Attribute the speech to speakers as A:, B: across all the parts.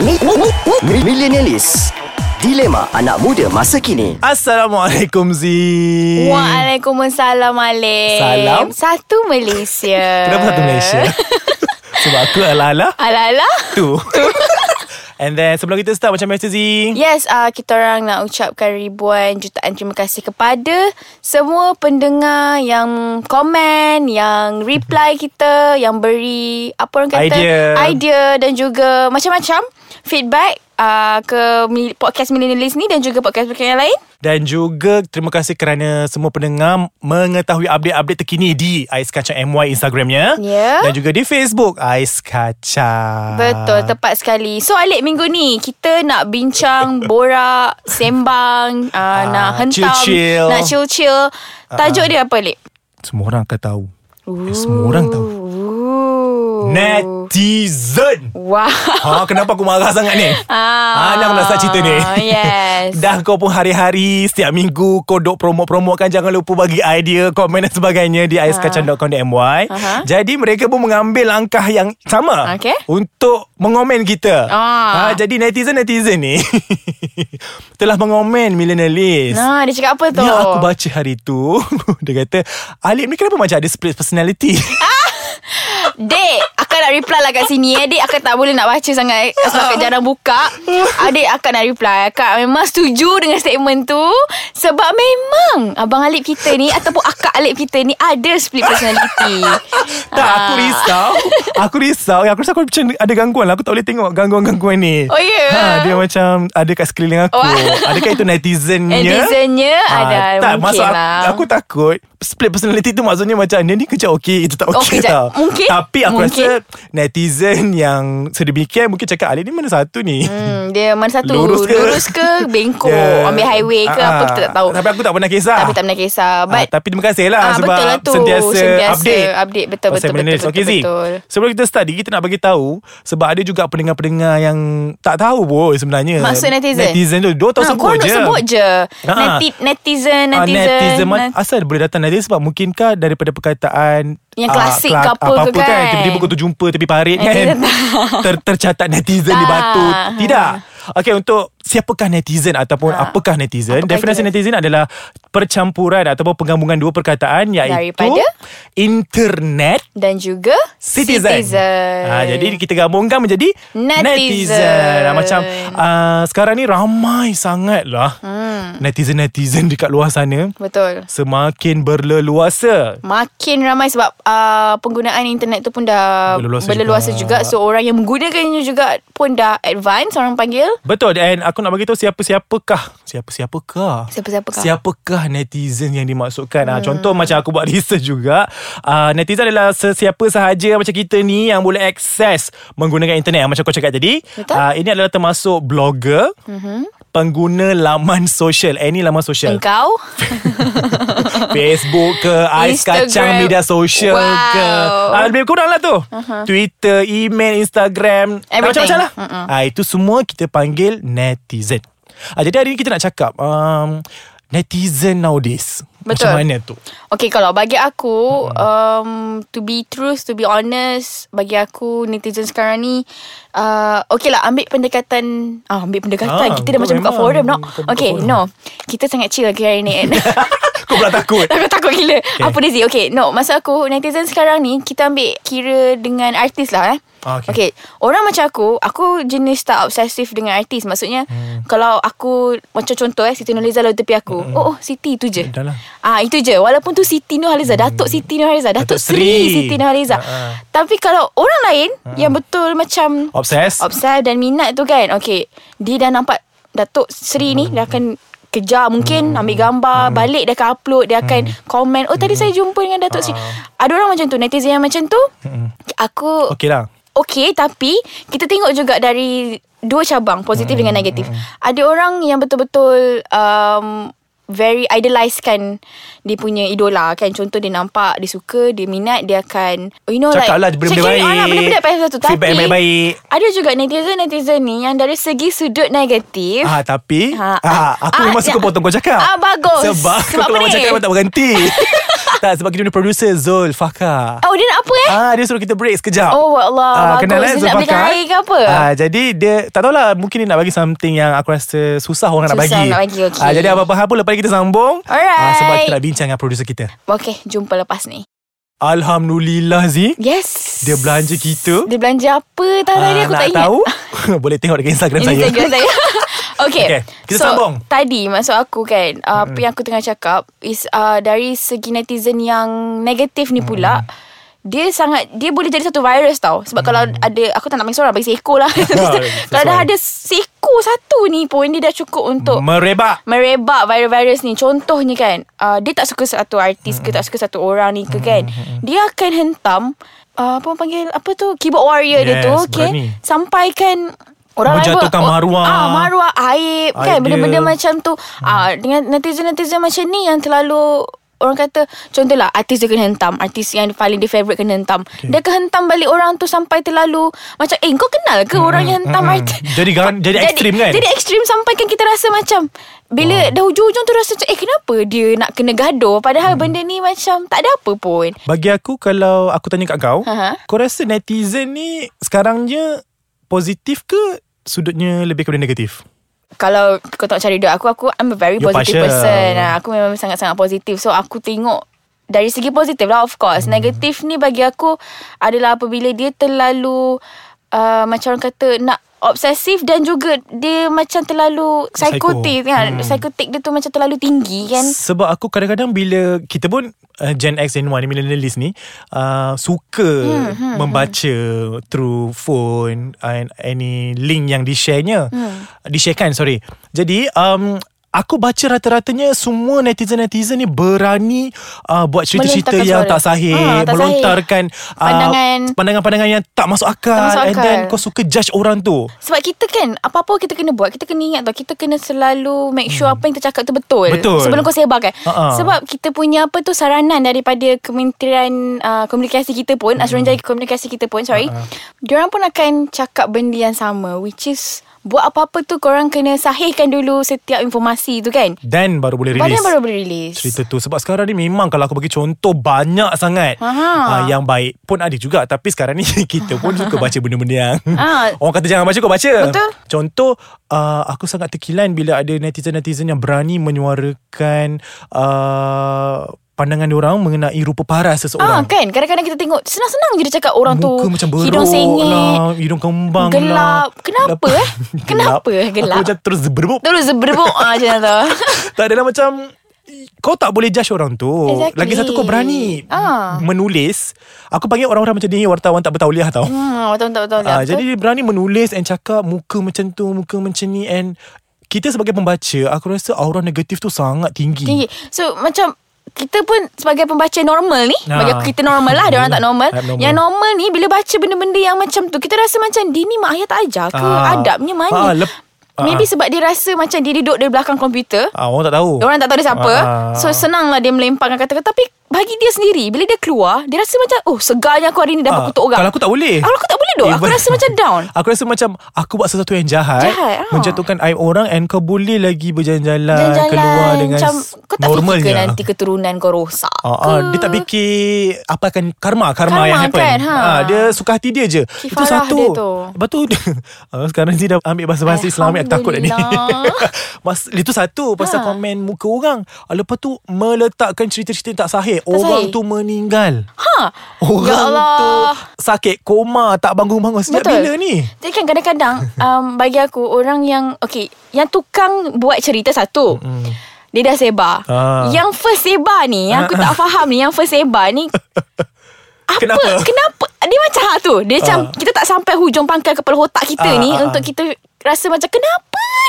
A: Mi- mi- mi- mi- Millenialis Dilema anak muda masa kini
B: Assalamualaikum Z
C: Waalaikumsalam Alik
B: Eh. Salam.
C: Satu Malaysia
B: Kenapa satu Malaysia? Sebab aku ala-ala
C: Alah-alah
B: tu And then sebelum kita start macam biasa Z
C: Yes, uh, kita orang nak ucapkan ribuan jutaan terima kasih kepada semua pendengar yang komen, yang reply kita, yang beri apa orang kata
B: Idea.
C: idea dan juga macam-macam feedback uh, ke mi- podcast Millennialist ni dan juga podcast-podcast yang lain.
B: Dan juga terima kasih kerana semua pendengar mengetahui update-update terkini di Ais Kacang MY Instagramnya.
C: Ya.
B: Dan juga di Facebook Ais Kacang.
C: Betul, tepat sekali. So Alik minggu ni kita nak bincang, borak, sembang, uh, nak hentam,
B: Ah, chill-chill.
C: nak chill-chill. Tajuk dia apa Alik?
B: Semua orang akan tahu. Eh, semua orang tahu.
C: Ooh.
B: Netizen.
C: Wow.
B: Ha, kenapa aku marah sangat ni?
C: Ah,
B: Ah, nak nak start cerita ni.
C: Yes.
B: Dah kau pun hari-hari Setiap minggu Kau duk promote-promotekan Jangan lupa bagi idea Komen dan sebagainya
C: Ha.
B: Di aiskacang.com.my
C: Aha.
B: Jadi mereka pun mengambil Langkah yang sama
C: Okey.
B: Untuk mengomen kita
C: Ah.
B: Ah, Jadi netizen-netizen ni Telah mengomen Millennialist
C: Nah, dia cakap apa tu?
B: Yang aku baca hari tu Dia kata Alip ni kenapa macam ada split personality
C: Dek, akak nak reply lah kat sini eh. Dek, akak tak boleh nak baca sangat eh, sebab akak jarang buka. Adik akak nak reply. Akak memang setuju dengan statement tu sebab memang abang Alip kita ni ataupun akak Alip kita ni ada split personality.
B: Tak
C: Ah.
B: aku risau Aku risau Aku rasa aku macam ada gangguan lah Aku tak boleh tengok gangguan-gangguan ni
C: Oh, ya?
B: ha, Dia macam ada kat sekeliling aku
C: Wah.
B: Adakah itu netizennya Ha,
C: Netizennya ada
B: Tak
C: mungkin
B: maksud aku,
C: lah.
B: aku takut Split personality tu maksudnya macam Dia ni kerja okey Itu tak
C: Okey
B: okey
C: je.
B: tau
C: Oh, Mungkin.
B: Tapi aku
C: Mungkin.
B: rasa Netizen yang sedemikian Mungkin cakap Alif ni mana satu ni
C: Hmm, dia mana satu
B: Lurus ke?
C: lurus ke bengkok,
B: Dia-
C: ambil highway ke
B: Ah,
C: apa kita tak tahu.
B: Tapi aku tak pernah kisah
C: Tapi tak pernah kisah. But
B: ah, tapi terima kasih lah
C: Ah,
B: sebab
C: betul lah tu.
B: sentiasa,
C: Sentiasa
B: update.
C: update. Betul,
B: Pasal
C: betul, betul,
B: Millennials.
C: betul,
B: Okey, Zee.
C: betul.
B: Sebelum kita start, kita nak bagi tahu sebab ada juga pendengar-pendengar yang tak tahu pun sebenarnya.
C: Maksud netizen?
B: Netizen tu. Dia tahu
C: Ha,
B: sebut
C: korang
B: je.
C: duk sebut je.
B: Ha.
C: Neti, netizen,
B: Ah,
C: netizen.
B: netizen man,
C: net-
B: Asal boleh datang netizen Sebab mungkinkah Daripada perkataan
C: Yang
B: ah,
C: klasik ke apa
B: apa-apa
C: ke kan?
B: Tiba-tiba kau tu jumpa Tepi parit
C: Netizen Ah.
B: kan
C: tak.
B: Ter, Tercatat netizen di
C: Tak.
B: batu Tidak Okay untuk Siapakah netizen Ataupun
C: Ah.
B: apakah netizen
C: Apakah
B: Definisi
C: dia?
B: netizen adalah Percampuran Ataupun penggabungan Dua perkataan Iaitu
C: Daripada?
B: Internet
C: Dan juga
B: Citizen,
C: citizen.
B: Ah, Jadi kita gabungkan menjadi
C: Netizen.
B: netizen. Ah, Macam ah, Sekarang ni ramai sangat lah hmm. Netizen-netizen dekat luar sana
C: Betul.
B: Semakin berleluasa
C: Makin ramai sebab uh, penggunaan internet tu pun dah
B: Berleluasa
C: berleluasa juga.
B: juga.
C: So orang yang menggunakannya juga pun dah advance orang panggil.
B: Betul And aku nak bagi tahu Siapa-siapakah Siapa-siapakah
C: Siapa-siapakah?
B: Siapakah netizen yang dimaksudkan hmm. Contoh macam aku buat research juga uh, Netizen adalah sesiapa sahaja Macam kita ni Yang boleh akses Menggunakan internet Ah, Macam kau cakap tadi
C: Betul.
B: Ah, Ini adalah termasuk blogger mm-hmm. Pengguna laman sosial Any laman sosial
C: Engkau?
B: Facebook ke Ais
C: Instagram.
B: kacang media sosial
C: Wow.
B: ke ah, Lebih kurang lah tu uh-huh. Twitter, email, Instagram ah,
C: Everything.
B: Macam-macam lah uh-uh. ah, Itu semua kita panggil netizen ah, Jadi hari ni kita nak cakap um, Netizen nowadays
C: Betul.
B: Macam mana tu
C: Okay kalau bagi aku um, To be truth To be honest Bagi aku Netizen sekarang ni uh, Okay lah ambil pendekatan ah, Ambil pendekatan
B: Ah,
C: Kita
B: betul
C: dah macam buka
B: memang.
C: forum no?
B: Buka- buka
C: Okay
B: forum.
C: no Kita sangat chill lagi hari ni kan?
B: Kau pula takut
C: Takut-takut gila okay. Apa dia Zee? Okay no Maksud aku Netizen sekarang ni Kita ambil kira dengan artis lah eh
B: Ah, okay.
C: okay Orang macam aku Aku jenis tak obsesif dengan artis Maksudnya hmm. Kalau aku Macam contoh eh Siti Nurhaliza lalu tepi aku hmm. Oh oh Siti tu je
B: Dah lah.
C: Ah itu je Walaupun tu Siti Nurhaliza hmm. Datuk Siti Nurhaliza
B: Datuk
C: Datuk,
B: Sri.
C: Sri Siti Nurhaliza
B: Ah, ah.
C: Tapi kalau orang lain Yang betul macam
B: Obses
C: Obsessed dan minat tu kan Okay Dia dah nampak Datuk Sri ni Dia akan kejar mungkin Ambil gambar Balik dia akan upload Dia akan komen Oh tadi saya jumpa dengan Datuk Sri Ada orang macam tu Netizen yang macam tu Aku
B: Okay
C: okay.
B: lah
C: okay Tapi Kita tengok juga
B: Hmm,
C: dari Dua cabang Positif dengan negatif Ada orang yang betul-betul um, very idolizekan dia punya idola kan. Contoh dia nampak, dia suka, dia minat, dia akan you know
B: Cakap lah
C: like
B: benda-benda
C: check it on lah,
B: baik.
C: benda-benda baik satu.
B: Feedback
C: Tapi
B: yang baik-baik.
C: Ada juga netizen-netizen ni yang dari segi sudut negatif
B: Ah tapi ah,
C: Ha, ah,
B: aku
C: ah,
B: memang
C: ya.
B: suka potong kau cakap.
C: Ah, bagus.
B: Sebab,
C: Sebab
B: sebab kalau
C: apa
B: macam
C: ni?
B: cakap memang tak berhenti. tak sebab kita punya producer Zul Fakar.
C: Oh dia nak apa eh?
B: Ah dia suruh kita break sekejap.
C: Oh, Allah, bagus.
B: kenal eh
C: Dia
B: Zul
C: nak belikan
B: Fakar?
C: air ke apa?
B: Ah jadi dia tak tahulah mungkin dia nak bagi something yang aku rasa susah orang nak
C: Susah
B: bagi.
C: nak bagi, okey.
B: Ah jadi apa-apa pun lepas ni kita sambung. Ah, sebab
C: Alright.
B: kita nak bincang dengan producer kita.
C: Okay jumpa lepas ni
B: Alhamdulillah Zee.
C: Yes
B: Dia belanja kita.
C: Dia belanja apa Tahu
B: Ah,
C: tadi aku
B: nak
C: tak ingat
B: tahu? Boleh tengok dekat Instagram
C: Ini
B: saya.
C: Instagram saya okay.
B: Okay, kita
C: so,
B: sambung.
C: Tadi maksud aku kan uh, Apa yang aku tengah cakap Is uh, dari segi netizen yang Negatif ni pula Dia sangat Dia boleh jadi satu virus tau Sebab kalau ada Aku tak nak bagi seorang Bagi seekor lah Kalau dah
B: Ya, sesuai.
C: ada seekor satu ni pun Dia dah cukup untuk
B: Merebak.
C: merebak viral-virus ni Contohnya kan uh, Dia tak suka satu artis ke Tak
B: Mm-hmm.
C: suka satu orang ni ke kan Dia akan hentam uh, Apa orang panggil Apa tu Keyboard warrior dia
B: Yes,
C: tu okay,
B: berani.
C: Sampai kan Orang lain
B: Menjatuhkan
C: pun-
B: maruah.
C: ah, Maruah Aib,
B: Aib
C: kan
B: dia. Hmm.
C: Benda-benda macam tu ah, Dengan netizen-netizen macam ni Yang terlalu Orang kata Contohlah Artis dia kena hentam Artis yang paling dia favourite kena hentam okay. Dia akan hentam balik orang tu Sampai terlalu Macam eh kau kenal ke
B: Hmm,
C: Orang yang hentam
B: mm-mm.
C: artis
B: Jadi garan- jadi ekstrim kan? Ah.
C: Jadi ekstrim sampai kan kita rasa macam bila wow. dah hujung-hujung tu rasa macam eh kenapa dia nak kena gaduh padahal hmm. benda ni macam tak ada apa pun.
B: Bagi aku kalau aku tanya kat kau,
C: Aha.
B: kau rasa netizen ni sekarangnya positif ke sudutnya lebih kepada negatif?
C: Kalau kau tak cari duit aku aku I'm a very
B: You're
C: positive
B: partial.
C: person. Ha, aku memang sangat-sangat positif. So aku tengok dari segi positif lah of course. Hmm. Negatif ni bagi aku adalah apabila dia terlalu uh, macam orang kata nak obsesif dan juga dia macam terlalu
B: Psycho.
C: psikotik kan. Hmm. Psikotik dia tu macam terlalu tinggi kan.
B: Sebab aku kadang-kadang bila kita pun uh, Gen X Gen Y ni millennialist ni uh, suka hmm, hmm, membaca hmm. through phone and any link yang di-share-nya. Hmm. Di-sharekan sorry. Jadi um Aku baca rata-ratanya semua netizen-netizen ni berani uh, buat cerita-cerita
C: Melontarkan
B: yang
C: suara.
B: tak sahih,
C: Ah, tak sahih.
B: melontarkan uh,
C: Pandangan-
B: pandangan-pandangan yang tak masuk akal,
C: Tak masuk
B: and then
C: akal.
B: kau suka judge orang tu.
C: Sebab kita kan Apa-apa kita kena buat Kita kena ingat tau Kita kena selalu Make sure apa yang kita cakap tu betul
B: Hmm. Betul.
C: Sebelum kau sebarkan
B: Ha-ha.
C: Sebab kita punya apa tu Saranan daripada Kementerian uh, Komunikasi kita
B: Hmm.
C: pun Asuranjaya Komunikasi kita pun Sorry uh-huh. Diorang pun akan Cakap benda yang sama Which is Buat apa-apa tu Korang kena sahihkan dulu Setiap informasi tu kan
B: Then baru boleh release.
C: Badan baru boleh release
B: cerita tu sebab sekarang ni memang kalau aku bagi contoh banyak sangat uh,
C: Aha.
B: yang baik pun ada juga tapi sekarang ni kita pun suka baca benda-benda yang
C: Ah.
B: orang kata jangan baca kau baca
C: Betul.
B: contoh uh, aku sangat terkilan bila ada netizen-netizen yang berani menyuarakan uh, pandangan orang mengenai rupa paras
C: Ah
B: seseorang
C: kan Kadang-kadang kita tengok Senang-senang je dia cakap Orang
B: Muka
C: tu
B: macam beruk
C: Hidung sengit
B: lah, Hidung kembang lah
C: Gelap Kenapa eh Kenapa eh
B: Aku
C: gelap
B: macam terus berbuk
C: Terus berbuk ah, Macam tu
B: Tak adalah macam kau tak boleh judge orang tu
C: Exactly.
B: Lagi satu kau berani
C: Ah.
B: Menulis Aku panggil orang-orang macam ni Wartawan tak bertauliah tau
C: Hmm, betul betul betul.
B: Ah,
C: betul.
B: Jadi dia berani menulis And cakap Muka macam tu Muka macam ni And Kita sebagai pembaca Aku rasa aura negatif tu Sangat tinggi,
C: tinggi. So macam kita pun sebagai pembaca normal ni
B: Ah.
C: Bagi aku kita normal lah Dia orang tak normal
B: Abnormal.
C: Yang normal ni Bila baca benda-benda yang macam tu Kita rasa macam Dia ni mak ayah tak ajar ke
B: Ah.
C: Adabnya
B: Ah,
C: mana
B: lep- ah.
C: Maybe sebab dia rasa Macam dia duduk di belakang komputer
B: Ah, Orang tak tahu
C: Orang tak tahu dia siapa
B: Ah.
C: So senang lah dia melemparkan kata-kata Tapi bagi dia sendiri Bila dia keluar Dia rasa macam Oh segarnya aku hari ni dapat
B: Ah,
C: kutuk orang
B: Kalau aku tak boleh
C: Kalau aku tak boleh doh Aku
B: Even-
C: rasa macam down
B: Aku rasa macam Aku buat sesuatu yang jahat,
C: Jahat, ah.
B: Menjatuhkan aib orang And kau boleh lagi berjalan-jalan
C: Jalan-jalan
B: Keluar dengan
C: macam, Kau tak
B: normalnya.
C: fikir ke nanti keturunan kau rosak
B: Ah,
C: ke
B: ah, dia tak fikir apa akan karma karma,
C: Karma
B: yang happen.
C: kan, ha.
B: Ah, dia suka hati dia je. Itu
C: Kifarah
B: satu.
C: dia tu. Eh,
B: Lepas tu dia, ah, sekarang ni dah ambil bahasa-bahasa Islamik aku takut dah ni.
C: Alhamdulillah.
B: Mas, itu satu pasal
C: Ha.
B: komen muka orang. Ah, lepas tu meletakkan cerita-cerita yang tak sahih. orang
C: sahih.
B: tu meninggal.
C: Ha
B: Orang
C: Ya
B: tu
C: Allah
B: sakit koma tak bangun-bangun sejak
C: Betul.
B: bila ni?
C: Jadi kan kadang-kadang um, Bagi aku Orang yang Okay Yang tukang buat cerita satu mm-hmm. Dia dah sebar
B: Ah.
C: Yang first sebar ni Yang aku tak faham ni Yang first sebar ni Apa
B: Kenapa?
C: Kenapa Dia macam hak tu Dia macam Kita tak sampai hujung pangkal Kepala otak kita
B: Ah,
C: ni
B: ah, ah.
C: Untuk kita Rasa macam Kenapa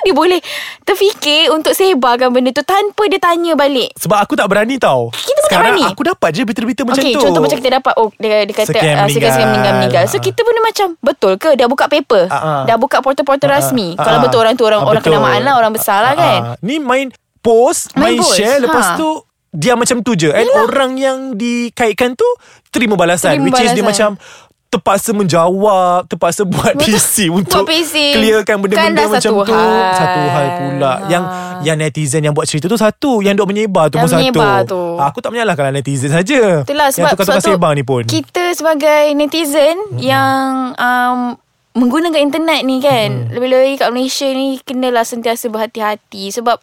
C: dia boleh Terfikir Untuk sebarkan benda tu Tanpa dia tanya balik
B: Sebab aku tak berani tau.
C: Kita pun tak
B: Sekarang
C: berani.
B: aku dapat je berita-berita macam
C: okay,
B: tu.
C: contoh macam kita dapat Oh dia, dia kata
B: Sekian
C: ah, Sekian-sekian meninggal,
B: meninggal.
C: meninggal So
B: Ah.
C: kita pun macam Betul ke Dah buka paper
B: Ah, ah.
C: Dah buka portal-portal
B: Ah,
C: rasmi
B: ah,
C: Kalau
B: ah.
C: betul orang tu Orang
B: Ah,
C: orang
B: betul.
C: kenamaan lah Orang besar lah
B: Ah,
C: kan
B: ah. Ni main post
C: Main
B: Main,
C: post,
B: share Lepas
C: ha.
B: tu Dia macam tu je And orang yang dikaitkan tu Terima balasan
C: Terima
B: Which is dia
C: balasan.
B: macam Terpaksa menjawab Terpaksa buat
C: Betul.
B: PC
C: Buat
B: Untuk
C: PC.
B: clearkan benda-benda
C: Kan dah
B: macam
C: satu
B: tu
C: hal.
B: Satu hal pula
C: Ha.
B: Yang yang netizen yang buat cerita tu satu Yang dok menyebar tu
C: Yang
B: pun satu Ah,
C: menyebar tu.
B: Aku tak menyalahkan lah netizen saja
C: Itulah sebab
B: Yang tukar-tukar
C: sebab tu
B: sebang ni pun
C: Kita sebagai netizen mm-hmm. yang um, menggunakan internet ni kan. Mm-hmm. Lebih-lebih kat Malaysia ni kenalah sentiasa berhati-hati sebab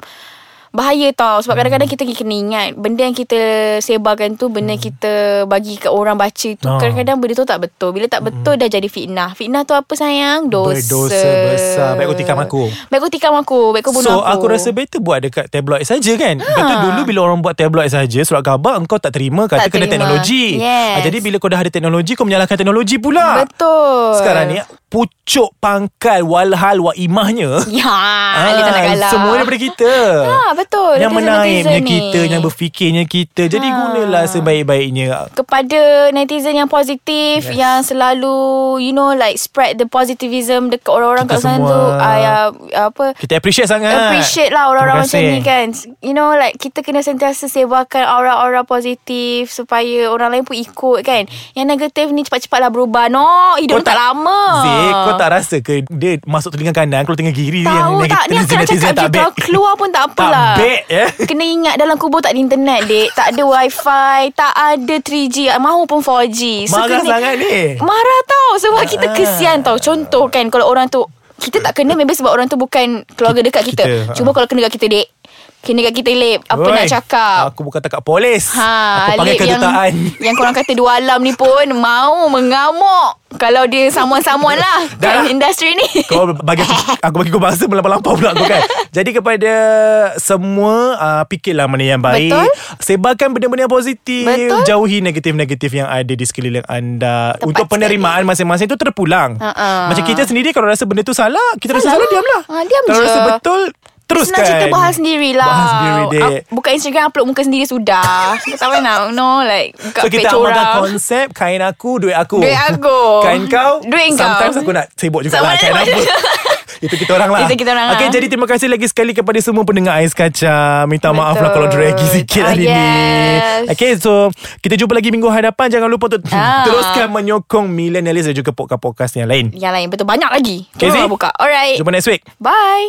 C: bahaya tau sebab kadang-kadang kita kena ingat benda yang kita sebarkan tu benda yang kita bagi kat orang baca tu
B: Ah.
C: kadang-kadang benda tu tak betul bila tak betul dah jadi fitnah fitnah tu apa sayang dosa
B: Berdosa besar. Baik kau tikam aku.
C: baik kau tikam aku baik kau
B: So
C: bunuh
B: aku
C: aku
B: rasa better buat dekat tabloid saja kan. Ha. Lepas tu dulu bila orang buat tabloid saja surat khabar engkau tak terima kata
C: Tak
B: kena
C: terima.
B: teknologi. Ah,
C: Yes.
B: jadi bila kau dah ada teknologi kau menyalahkan teknologi pula.
C: betul
B: Sekarang ni pucuk pangkal walhal wa imahnya.
C: ya dia tak nak kalah
B: Ah, Semua daripada kita
C: Ha, betul.
B: Yang
C: Netizen-
B: menaiknya
C: netizen ni.
B: kita Yang berfikirnya kita Jadi
C: Ha.
B: gunalah sebaik-baiknya
C: kepada netizen yang positif yes.
B: Yes.
C: yang selalu you know like spread the positivism dekat orang-orang
B: Kita
C: kat sana
B: semua
C: tu ayah apa
B: Kita appreciate sangat
C: appreciate lah
B: Terima
C: orang-orang macam
B: kasih.
C: ni kan you know like kita kena sentiasa sebarkan aura-aura positif supaya orang lain pun ikut kan yang negatif ni cepat-cepatlah berubah no hidup kau tak, lama
B: Zik kau Oh, tak rasa ke Dia masuk telinga kanan Keluar telinga kiri yang
C: Ha. Tahu tak
B: negatif-
C: Ni aku nak
B: netizen
C: cakap je Kalau
B: baik.
C: keluar pun tak apalah
B: Tak baik, ya?
C: Kena ingat dalam kubur tak ada internet dek Tak ada wifi Tak ada 3G Mahu pun 4G
B: Marah sangat ni.
C: Marah tau Sebab kita
B: Ah.
C: kesian tau Contoh kan Kalau orang tu Kita tak kena Maybe sebab orang tu bukan Keluarga dekat kita,
B: Kita, ah.
C: Cuba kalau kena kat kita dek Kena kat kita lep Apa
B: Oi,
C: nak cakap
B: Aku bukan takat polis Aku panggil
C: Alip
B: kedutaan
C: yang, yang korang kata dua alam ni pun Mau mengamuk Kalau dia samuan-samuan lah
B: Dah
C: Dalam
B: lah.
C: industri ni
B: kau bagi aku, aku bagi kau bahasa melampau-lampau pula aku kan. Jadi kepada semua uh, fikirlah mana yang baik.
C: Betul.
B: Sebarkan benda-benda yang positif.
C: Betul.
B: Jauhi negatif-negatif yang ada di sekeliling anda.
C: Tepat
B: Untuk penerimaan masing-masing itu terpulang.
C: Ha-ha.
B: Macam kita sendiri kalau rasa benda tu salah, kita rasa
C: Ha,
B: salah
C: Salah lah.
B: diamlah.
C: Ha, diam
B: kalau
C: je.
B: rasa betul Teruskan
C: Senang cerita bahas sendirilah
B: Bahas sendiri dek
C: Up- Buka Instagram Upload muka sendiri sudah Kita tak payah nak No like Buka
B: So kita
C: page
B: amalkan
C: orang
B: konsep Kain aku, duit aku
C: Duit aku.
B: Kain kau
C: Duit kau.
B: Sometimes aku nak sibuk juga lah
C: Sama
B: Kain
C: ada
B: apa
C: macam-
B: Itu kita orang lah
C: Itu kita orang
B: Okay
C: lah.
B: jadi terima kasih lagi sekali Kepada semua pendengar Ais Kaca Minta Betul. maaf lah Kalau draggy sikit
C: Ah,
B: hari
C: yes.
B: ni Okay so Kita jumpa lagi minggu hadapan Jangan lupa untuk
C: Ah.
B: Teruskan menyokong Millennialis Dan juga podcast-podcast yang lain
C: Yang lain betul Banyak lagi
B: Okay, Zee.
C: Tolonglah buka Alright
B: Jumpa next week
C: Bye